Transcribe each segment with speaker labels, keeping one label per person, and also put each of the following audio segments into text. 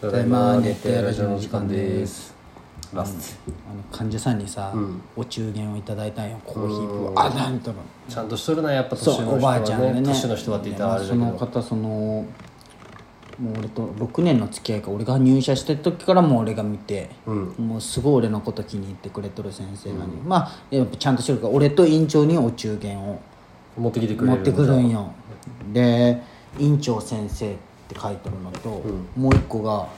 Speaker 1: た
Speaker 2: だいま熱帯ラジオの時間です
Speaker 1: ラスト
Speaker 2: あの患者さんにさ、
Speaker 1: うん
Speaker 2: お中元をいただいたんよコーヒープあなんとの
Speaker 1: ちゃんとしとるなやっぱ年の
Speaker 2: そう
Speaker 1: 人は
Speaker 2: おばあちゃんでね
Speaker 1: 年の人はって言ったらあれだけ
Speaker 2: まあそ
Speaker 1: ど
Speaker 2: の方そのもう俺と6年の付き合いか俺が入社した時からもう俺が見て、
Speaker 1: うん
Speaker 2: もうすごい俺のこと気に入ってくれとる先生なのに、まあやっぱちゃんとしてるから俺と院長にお中元を
Speaker 1: 持ってきてくれ
Speaker 2: 持
Speaker 1: る
Speaker 2: ってくるんよで院長先生って書いてるのと、もう一個が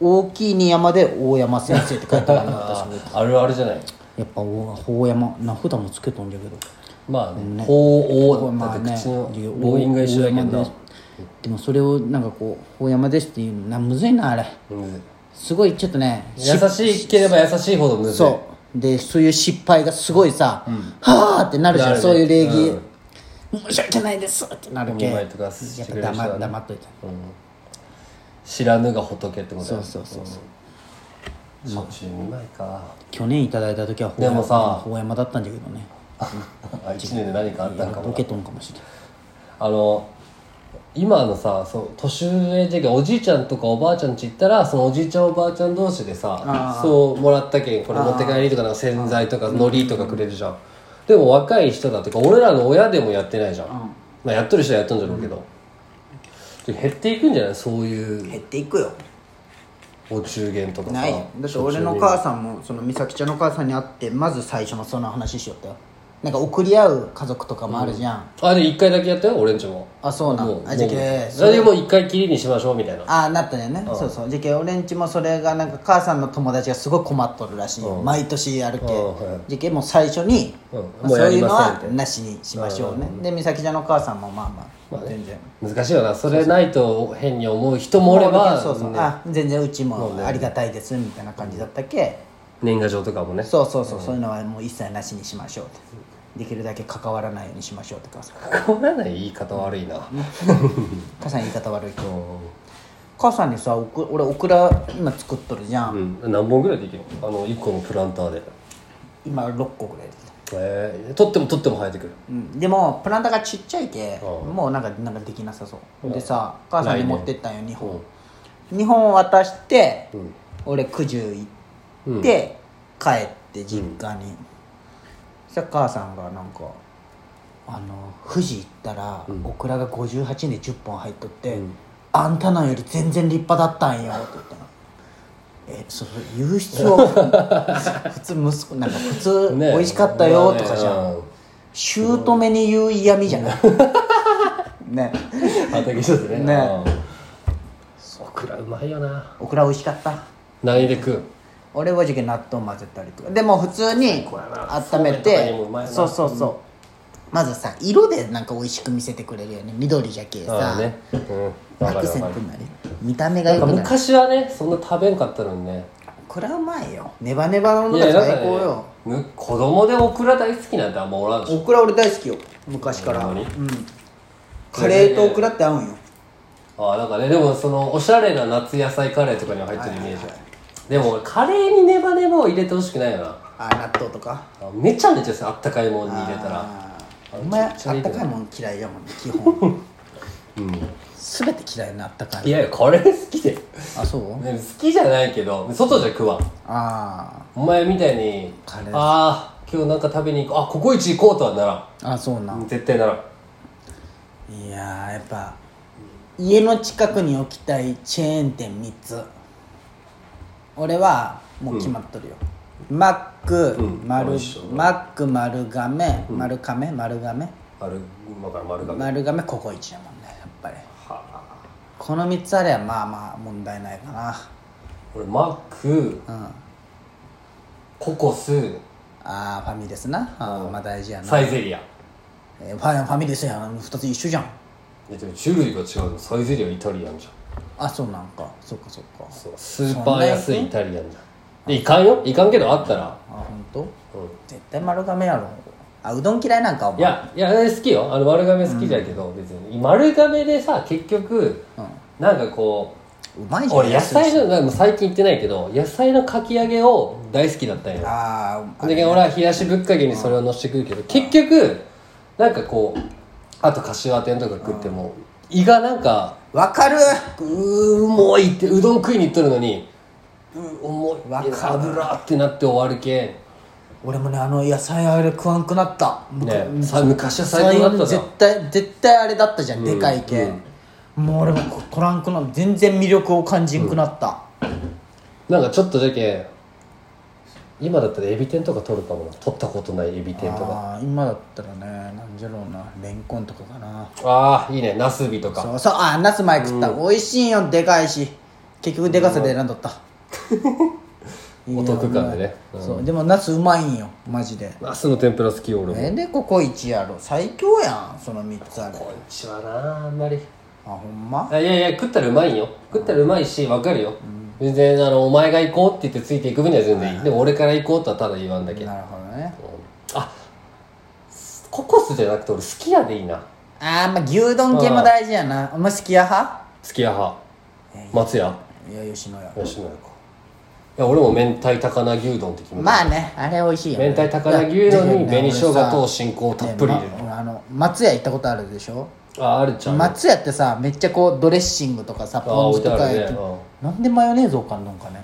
Speaker 2: 大きいに山で大山先生って書いてあるの私
Speaker 1: ああるあるじゃない
Speaker 2: やっぱ大大山名札もつけとんじゃけど
Speaker 1: まあね法王だって口の母音が一緒だけど
Speaker 2: 大山
Speaker 1: な
Speaker 2: ですでもそれをなんかこう大山ですっていうのなむずいなあれ
Speaker 1: うん
Speaker 2: すごいちょっとね
Speaker 1: 優しければ優しいほどむずい
Speaker 2: そうでそういう失敗がすごいさ、はあってなるじゃん、
Speaker 1: なるね
Speaker 2: そういう礼儀、
Speaker 1: うん
Speaker 2: 申し訳ないですってなるけ
Speaker 1: お
Speaker 2: や
Speaker 1: 見舞
Speaker 2: っ
Speaker 1: いとかしてくれる
Speaker 2: ぱ
Speaker 1: 人はね
Speaker 2: 黙黙っといた
Speaker 1: 知らぬが仏ってことだ
Speaker 2: そ
Speaker 1: よ
Speaker 2: うそうそうそう
Speaker 1: しょっちゅう見舞いか
Speaker 2: 去年いただいた時はほう
Speaker 1: でもさ
Speaker 2: ほうやまだったんだけどね
Speaker 1: あ一年で何かあったんかも
Speaker 2: ボケとんかもしれない
Speaker 1: あの今のさそう年上じゃけおじいちゃんとかおばあちゃん家行ったらそのおじいちゃんおばあちゃん同士でさそうもらったけんこれ持って帰りとかなんか洗剤とか海苔とかくれるじゃんでも若い人だとか俺らの親でもやってないじゃん、まあ、やっとる人はやっとんじゃろうけど、で減っていくんじゃないそういう
Speaker 2: 減っていくよ
Speaker 1: お中元とかさ
Speaker 2: ないよだって俺の母さんもその美咲ちゃんの母さんに会ってまず最初のその話しよったよなんか送り合う家族とかもあるじゃん、
Speaker 1: あで一回だけやったよ俺んちも
Speaker 2: あそうなん
Speaker 1: もう
Speaker 2: あじゃ
Speaker 1: もう
Speaker 2: け
Speaker 1: それでもう一回きりにしましょうみたいな
Speaker 2: ああなったよね、そうそうじゃけ俺んちもそれがなんか母さんの友達がすごい困っとるらしいよ、毎年やるけ、
Speaker 1: うんはい
Speaker 2: じゃけもう最初に、
Speaker 1: うん
Speaker 2: まあ
Speaker 1: もう
Speaker 2: そ
Speaker 1: や
Speaker 2: うい
Speaker 1: り
Speaker 2: うの
Speaker 1: ません
Speaker 2: はなしにしましょうね、で美咲ちゃんの母さんもまあまあ、全然
Speaker 1: 難しいよなそれないと変に思う人もおれば
Speaker 2: そうそう、あ全然うちもありがたいですみたいな感じだったけ、
Speaker 1: 年賀状とかもね
Speaker 2: そうそうそう、そういうのはもう一切なしにしましょうってできるだけ関わらないようにしましょうって母さん
Speaker 1: 変わらない言い方悪いな
Speaker 2: 母さん言い方悪いけど母さんにさおく俺オクラ今作っとるじゃん、
Speaker 1: うん何本ぐらいできるのあの1個のプランターで
Speaker 2: 今6個ぐらいできた
Speaker 1: えー取っても取っても生えてくる
Speaker 2: うん、でもプランターがちっちゃいけ
Speaker 1: うん
Speaker 2: もうなんかなんかできなさそうでさ母さんに持ってったんよ2本2本渡して、俺九十行って、帰って実家に、そしたら母さんがなんかあの富士行ったら、オクラが58円で10本入っとって、あんたのより全然立派だったんよって言ったのえそれ言う必要普通息子なんか普通
Speaker 1: ね
Speaker 2: 美味しかったよとかじゃん、
Speaker 1: まあね
Speaker 2: 姑に言う嫌味じゃない ね
Speaker 1: うん畑一つね
Speaker 2: ね
Speaker 1: うんオクラうまいよな
Speaker 2: オクラ美味しかった
Speaker 1: 何で食う
Speaker 2: 俺はじゃけ納豆混ぜたりとかでも普通に温めて
Speaker 1: そうめんとかにもうまいな
Speaker 2: そうそうそう、まずさ色でなんか美味しく見せてくれるよね緑じゃけさ、
Speaker 1: あねうんわ
Speaker 2: ア
Speaker 1: か
Speaker 2: ク
Speaker 1: る
Speaker 2: セン
Speaker 1: わ
Speaker 2: ト
Speaker 1: かる
Speaker 2: になる見た目が
Speaker 1: なんか
Speaker 2: よくなる
Speaker 1: 昔はねそんな食べんかったのにね
Speaker 2: これはうまいよネバネバのも
Speaker 1: い
Speaker 2: のが
Speaker 1: やなん
Speaker 2: 最
Speaker 1: か
Speaker 2: 高よ、
Speaker 1: ねむ子供でオクラ大好きなんてあんまおらんでしょ
Speaker 2: オクラ俺大好きよ昔から、
Speaker 1: ほ
Speaker 2: うん
Speaker 1: まに
Speaker 2: ん、カレーとオクラって合うんよ
Speaker 1: ああなんかねでもそのおしゃれな夏野菜カレーとかには入ってるイメージでも俺カレーにネバネバを入れてほしくないよな
Speaker 2: あ納豆とか
Speaker 1: あめちゃめちゃさあったかいもんに入れたら
Speaker 2: あーお前あったかいもん嫌いだもんね基本すべて嫌いなあったか
Speaker 1: い
Speaker 2: い
Speaker 1: やいやカレー好きで、ね、
Speaker 2: あそう
Speaker 1: 好きじゃないけど外じゃ食わん
Speaker 2: あ
Speaker 1: お前みたいに
Speaker 2: カレー
Speaker 1: ああ今日なんか食べに行こうあココイチ行こうとはなら
Speaker 2: ーあそうなん
Speaker 1: 絶対ならん
Speaker 2: いやーやっぱ家の近くに置きたいチェーン店3つ俺はもう決まっとるよ、マック、
Speaker 1: うん
Speaker 2: 丸
Speaker 1: 美味しそう
Speaker 2: マック丸亀、丸亀丸亀
Speaker 1: 丸今から丸亀、
Speaker 2: 丸亀ココイチだもんねやっぱり
Speaker 1: はあ
Speaker 2: この3つあればまあまあ問題ないかな
Speaker 1: 俺マック
Speaker 2: うん
Speaker 1: ココス
Speaker 2: ああファミレスなあーまあ大事やな、
Speaker 1: サイゼリア
Speaker 2: えーファファミレスやん2つ一緒じゃん
Speaker 1: えでも種類が違うぞサイゼリアイタリアンじゃん
Speaker 2: あそうなんかそっかそっか
Speaker 1: そうスーパー安いイタリアンじゃんでいかんよいかんけどあったら
Speaker 2: あ本当？
Speaker 1: うん
Speaker 2: 絶対丸亀やろあうどん嫌いなんかお前
Speaker 1: いやいや好きよあの丸亀好きだけど、別に丸亀でさ結局、なんかこ
Speaker 2: うまいうじゃん
Speaker 1: 俺野菜のなんか最近行ってないけど野菜のかき揚げを大好きだったんよ
Speaker 2: あーあ
Speaker 1: で俺は冷やしぶっかけにそれを乗せてくるけど結局なんかこうあと柏天とか食っても胃がなんか
Speaker 2: わかる
Speaker 1: うーもういってうどん食いに行っとるのにうー重い
Speaker 2: わかる
Speaker 1: 油ってなって終わるけん
Speaker 2: 俺もねあの野菜あれ食わんくなったむか
Speaker 1: ねさ昔は最高だったじゃん
Speaker 2: 絶対絶対あれだったじゃん、でかいけ、もう俺もこ取らんくな全然魅力を感じんくなった、
Speaker 1: なんかちょっとじゃけん今だったらエビ天とか取るかもな取ったことないエビ天とか
Speaker 2: あー今だったらねなんじゃろうなレンコンとかかな
Speaker 1: ああーいいねナスビとか
Speaker 2: そうそうあナス前食った、美味しいよでかいし結局でかさで選んどった、いや
Speaker 1: お得感でね
Speaker 2: うまいそうでもナスうまいんよマジで
Speaker 1: ナスの天ぷら好きよ俺も
Speaker 2: えでココイチやろ最強やんその3つあれ
Speaker 1: こんにちはなあんまり
Speaker 2: あほんま
Speaker 1: あいやいや食ったらうまいよ食ったらうまいしわかるよ、全然あのお前が行こうって言ってついていく分には全然いい、でも俺から行こうとはただ言わんだけど、
Speaker 2: なるほどね
Speaker 1: あココスじゃなくて俺好きやでいいな
Speaker 2: あーまあ牛丼系も大事やなお前好きや派
Speaker 1: すき家派松屋
Speaker 2: いや吉野家
Speaker 1: 吉野家かいや俺も明太高菜牛丼って決めた
Speaker 2: まあねあれ美味しいよね
Speaker 1: 明太高菜牛丼に紅生姜と
Speaker 2: し
Speaker 1: 新香をたっぷり入れるの、
Speaker 2: あの松屋行ったことあるでしょ
Speaker 1: ああるちゃん
Speaker 2: 松屋ってさめっちゃこうドレッシングとかさポン酢と
Speaker 1: あ
Speaker 2: か
Speaker 1: 置いてあ
Speaker 2: や
Speaker 1: る
Speaker 2: っ
Speaker 1: ね
Speaker 2: てなんでマヨネーズ置かんのんかね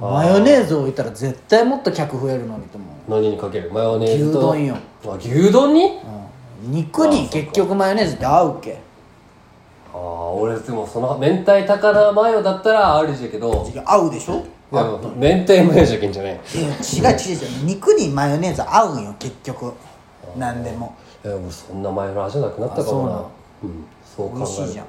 Speaker 2: マヨネーズ置いたら絶対もっと客増えるのにと思う
Speaker 1: 何にかけるマヨネーズと
Speaker 2: 牛丼よ
Speaker 1: あ牛丼に
Speaker 2: うん肉に結局マヨネーズって合うけ
Speaker 1: ああ俺でもその明太高菜マヨだったらあるじゃけど
Speaker 2: いや合うでしょ
Speaker 1: いや明太マヨじゃけんじゃない
Speaker 2: いや違う違う違う肉にマヨネーズ合うんよ結局何でも
Speaker 1: いやもうそんなマヨの味なくなったかもなうんそう
Speaker 2: 美
Speaker 1: 考
Speaker 2: 味しい
Speaker 1: え
Speaker 2: じ
Speaker 1: る
Speaker 2: ゃん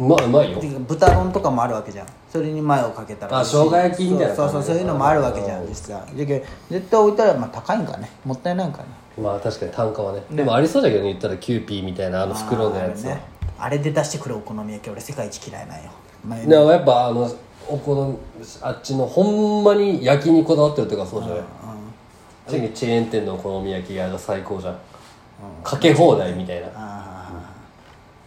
Speaker 1: うまいうまいよ
Speaker 2: てか豚丼とかもあるわけじゃんそれにマヨをかけたら
Speaker 1: あ生姜焼きみたいな感
Speaker 2: そう
Speaker 1: じ
Speaker 2: そうそうそういうのもあるわけじゃん実際だけど絶対置いたらまあ高いんかねもったいないんかね
Speaker 1: まあ確かに単価はねでもありそうだけどね言ったらキューピーみたいなあの袋のやつ
Speaker 2: あ
Speaker 1: は
Speaker 2: れねあれで出してくるお好み焼き俺世界一嫌いなんよマヨネー
Speaker 1: でもやっぱあのおこのあっちのほんまに焼きにこだわってるというかそうじゃない次にチェーン店のお好み焼き屋が最高じゃんかけ放題みたいな
Speaker 2: あ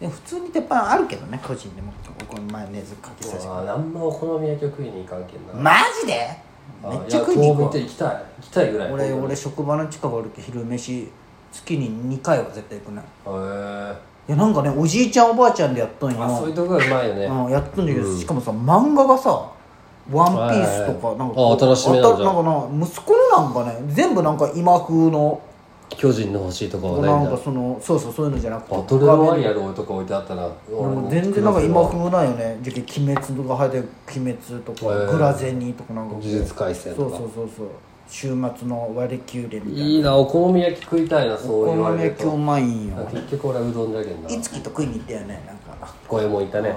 Speaker 2: ーでも普通に鉄板あるけどね個人でもお好みマヨネーズかけさせて
Speaker 1: あああんまお好み焼きを食いに行かんけんな
Speaker 2: マジで
Speaker 1: あ
Speaker 2: めっちゃ食いに行くわ
Speaker 1: や東京行って行きたい行きたいぐらい
Speaker 2: 俺
Speaker 1: へ
Speaker 2: 俺職場の近くあるけど昼飯月に2回は絶対行くね
Speaker 1: え
Speaker 2: いやなんかねおじいちゃんおばあちゃんでやっとんよ
Speaker 1: あそういうとこがうまいよね
Speaker 2: うん、やっとんだけど、しかもさ漫画がさ「ワンピースとか
Speaker 1: はいはいはい
Speaker 2: なんか
Speaker 1: あ新しめなんじゃん
Speaker 2: あたなんかな息子のなんかね全部なんか今風の
Speaker 1: 巨人の欲しいとかはない
Speaker 2: なんんか
Speaker 1: だ
Speaker 2: そのそうそうそういうのじゃなくて
Speaker 1: バトルロワイヤルとか置いてあったら
Speaker 2: 俺も全然なんか今風なんよねじゃあ鬼滅とか入ってる鬼滅とか、
Speaker 1: へー
Speaker 2: グラゼニーとかなんかこう
Speaker 1: 呪術廻戦
Speaker 2: そ
Speaker 1: と
Speaker 2: う
Speaker 1: か
Speaker 2: そうそうそう週末の割り切れみたいない
Speaker 1: いなお好み焼き食いたいなそう
Speaker 2: こ
Speaker 1: 言わ
Speaker 2: の
Speaker 1: れ
Speaker 2: ね
Speaker 1: る
Speaker 2: 今日
Speaker 1: と
Speaker 2: うまいんよ
Speaker 1: 結局俺はうどんじゃけんない
Speaker 2: つきと食いに行ったよねなんか
Speaker 1: 五右衛門行ったね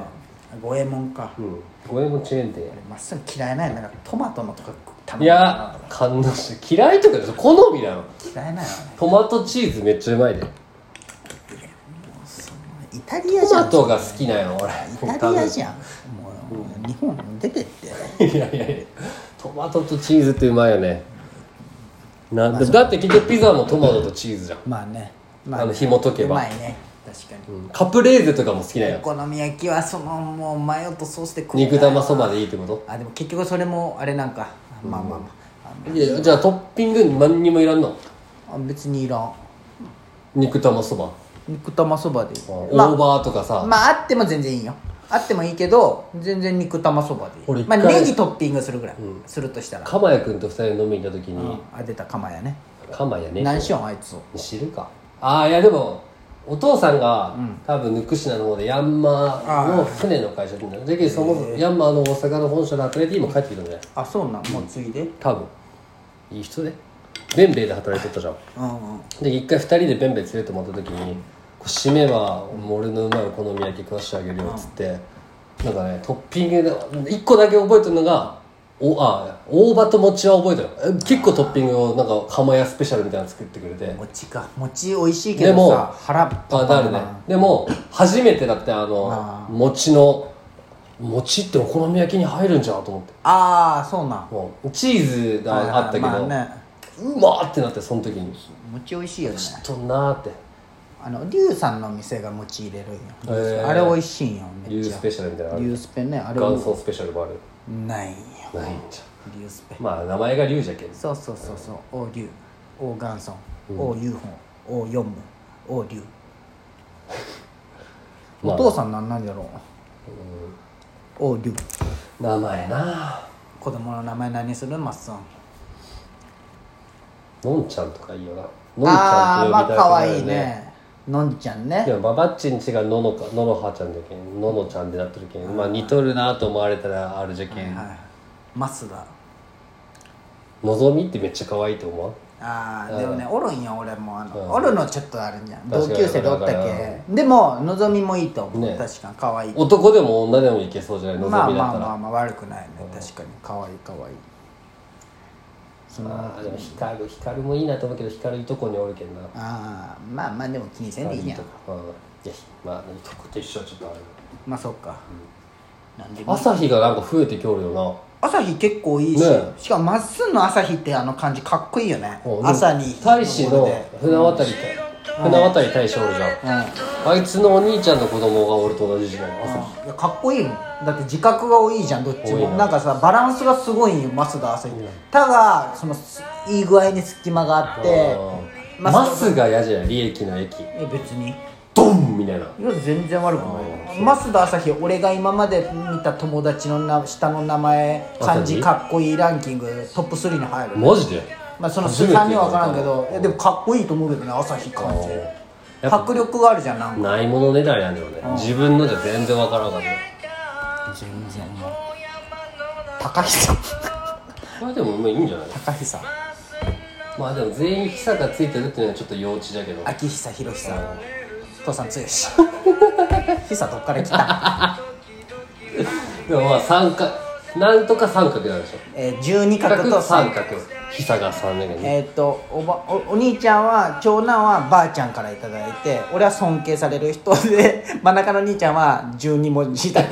Speaker 2: 五右衛門か、
Speaker 1: うん五右衛門チェーン店や
Speaker 2: 俺まっすぐ嫌いなんよなんかトマトのとか食
Speaker 1: いや感動して嫌いとかじゃない好みなの
Speaker 2: 嫌いなんよね
Speaker 1: トマトチーズめっちゃうまいで
Speaker 2: イタリア
Speaker 1: ト
Speaker 2: じゃ
Speaker 1: マ
Speaker 2: ん
Speaker 1: トが好きなんよ俺
Speaker 2: イタリアじゃんもう日本出てって
Speaker 1: いやいやいやトマトとチーズってうまいよねなんでだって結局ピザもトマトとチーズじゃん、
Speaker 2: まあねま
Speaker 1: あの紐解け
Speaker 2: う
Speaker 1: ば
Speaker 2: まいね確かに、
Speaker 1: カプレーゼとかも好きなん
Speaker 2: お
Speaker 1: よ
Speaker 2: 好み焼きはそのもうマヨとソースで食う
Speaker 1: 肉玉そばでいいってこと
Speaker 2: あでも結局それもあれなんかまあまあまあ
Speaker 1: いやじゃあトッピング何にもいらんの
Speaker 2: あ別にいらん
Speaker 1: 肉玉そば
Speaker 2: 肉玉そばでいい
Speaker 1: オ
Speaker 2: まあ
Speaker 1: ーバーとかさ、
Speaker 2: まああっても全然いいよあってもいいけど全然肉玉そばでい
Speaker 1: 俺
Speaker 2: い
Speaker 1: 一
Speaker 2: まあ
Speaker 1: 回
Speaker 2: ネギトッピングするぐらい、するとしたら
Speaker 1: 鎌谷君と二人で飲みに行った時
Speaker 2: う
Speaker 1: に
Speaker 2: んあ出た釜やね
Speaker 1: 鎌谷ね
Speaker 2: 何しよんあいつを
Speaker 1: 知るかああいやでもお父さんが、多分ぬくしなの方でヤンマーの船の会社になるだけどそもそもヤンマーの大阪の本社で働いて今帰ってきたんじゃない
Speaker 2: あそうなんもう次で
Speaker 1: 多分いい人でベンベイで働いてたじゃん
Speaker 2: うんうん
Speaker 1: で一回二人でベンベイ連れてもらった時にこう締めはもう俺のうまいお好み焼き食わしてあげるよっつってなんかねトッピングで一個だけ覚えてるのがおあ大葉と餅は覚えてるえ結構トッピングをなんか釜屋スペシャルみたいなの作ってくれて
Speaker 2: 餅か餅美味しいけ
Speaker 1: で
Speaker 2: ど
Speaker 1: も
Speaker 2: さ腹
Speaker 1: あなるねでも初めてだってあ
Speaker 2: あ
Speaker 1: の餅の餅ってお好み焼きに入るんじゃんと思って
Speaker 2: ああそうなん
Speaker 1: もうチーズがあったけど、
Speaker 2: まあね
Speaker 1: うまーってなってその時に
Speaker 2: 餅美味しいよね
Speaker 1: 知っとんなーって
Speaker 2: あの龍さんの店が餅入れるんよ、
Speaker 1: へー
Speaker 2: あれ美味しいんよめ
Speaker 1: リュ
Speaker 2: っ
Speaker 1: ー
Speaker 2: ち
Speaker 1: ス
Speaker 2: ゃ
Speaker 1: ペシャルみたいなのある
Speaker 2: 龍スペねあれ
Speaker 1: 元祖スペシャルもある
Speaker 2: ないんよ
Speaker 1: ないんじ
Speaker 2: 龍スペ
Speaker 1: ゃんまあ名前がリュウじゃけん
Speaker 2: そうそうそうそう王龍王元祖王雄本王 四文王龍お
Speaker 1: まあ
Speaker 2: 父さんなんなんじゃろうをリュッ
Speaker 1: 名前な
Speaker 2: 子供の名前何するマッスン
Speaker 1: のんちゃんとかいいよなのんち
Speaker 2: あ
Speaker 1: ゃんっ
Speaker 2: あ
Speaker 1: て
Speaker 2: まあ
Speaker 1: 呼びたくな
Speaker 2: 可
Speaker 1: る
Speaker 2: 愛
Speaker 1: よ
Speaker 2: い
Speaker 1: ね
Speaker 2: ねのんちゃん
Speaker 1: で
Speaker 2: ね
Speaker 1: もババッチンちがののかののはちゃんだけんののちゃんでなってるけんまあ似とるなと思われたらあるじゃけん、
Speaker 2: はいマスだ
Speaker 1: のぞみってめっちゃ可愛いと思う
Speaker 2: ああでもねおるんよ俺もあの、
Speaker 1: うん
Speaker 2: おるのちょっとあるんじゃん
Speaker 1: 確
Speaker 2: 同
Speaker 1: かに
Speaker 2: 級生でおったけでものぞみもいいと思う、
Speaker 1: ね
Speaker 2: 確かに可愛い
Speaker 1: 男でも女でもいけそうじゃないのぞみだ
Speaker 2: まあ
Speaker 1: ったら、
Speaker 2: まあまあまあ悪くないね確かに可愛い可愛いその
Speaker 1: あーでも光る光るもいいなと思うけど光るいとこにおるけんな
Speaker 2: ああまあまあでも気にせんでいい
Speaker 1: 光
Speaker 2: や
Speaker 1: いと
Speaker 2: ん
Speaker 1: こうんいやまあいとこと一緒はちょっとあれ
Speaker 2: まあそっか、なんでも
Speaker 1: 朝日がなんか増えてきおるよ
Speaker 2: 朝日結構いいし、
Speaker 1: ね
Speaker 2: しかもまっすんの朝日ってあの感じかっこいいよね
Speaker 1: なうん
Speaker 2: 朝に
Speaker 1: 大使の船渡り船渡り大使おるじ
Speaker 2: うん、
Speaker 1: ゃん
Speaker 2: うん
Speaker 1: あいつのお兄ちゃんの子供がおると同じじゃない朝日
Speaker 2: いやかっこいいもんだって自覚がいいじゃんどっち
Speaker 1: 多い
Speaker 2: も
Speaker 1: な
Speaker 2: なんかさバランスがすごいんよマスが朝日ただそのすいい具合に隙間があって
Speaker 1: うん
Speaker 2: マ
Speaker 1: マ
Speaker 2: ス
Speaker 1: スが嫌じゃない利益の駅
Speaker 2: いや別に
Speaker 1: ドンみたいない
Speaker 2: や全然悪くないよマスダ朝日俺が今まで見た友達のな下の名前漢字
Speaker 1: 朝日
Speaker 2: かっこいいランキングトップ3に入る、
Speaker 1: マジで
Speaker 2: まあ、その
Speaker 1: 初め
Speaker 2: 3
Speaker 1: て
Speaker 2: 人は分からんけどいやでもかっこいいと思うけどね朝日漢字
Speaker 1: やっぱ
Speaker 2: 迫力があるじゃんなんか
Speaker 1: ないものねだりなんだよね自分のじゃ全然わからんかった
Speaker 2: 全然高久
Speaker 1: まあでもまあいいんじゃない
Speaker 2: 高久
Speaker 1: まあでも全員ひさがついてるっていうのはちょっと幼稚だけど
Speaker 2: 秋久博さん父さん強いし 久どっから来た、
Speaker 1: でもまあ三角なんとか三角なんでしょ
Speaker 2: えー、12角
Speaker 1: 角
Speaker 2: と
Speaker 1: と三
Speaker 2: 三
Speaker 1: 角ひさが三だけどね
Speaker 2: えっ、とおばおお兄ちゃんは長男はばあちゃんからいただいて俺は尊敬される人で真ん中の兄ちゃんは12文字だけ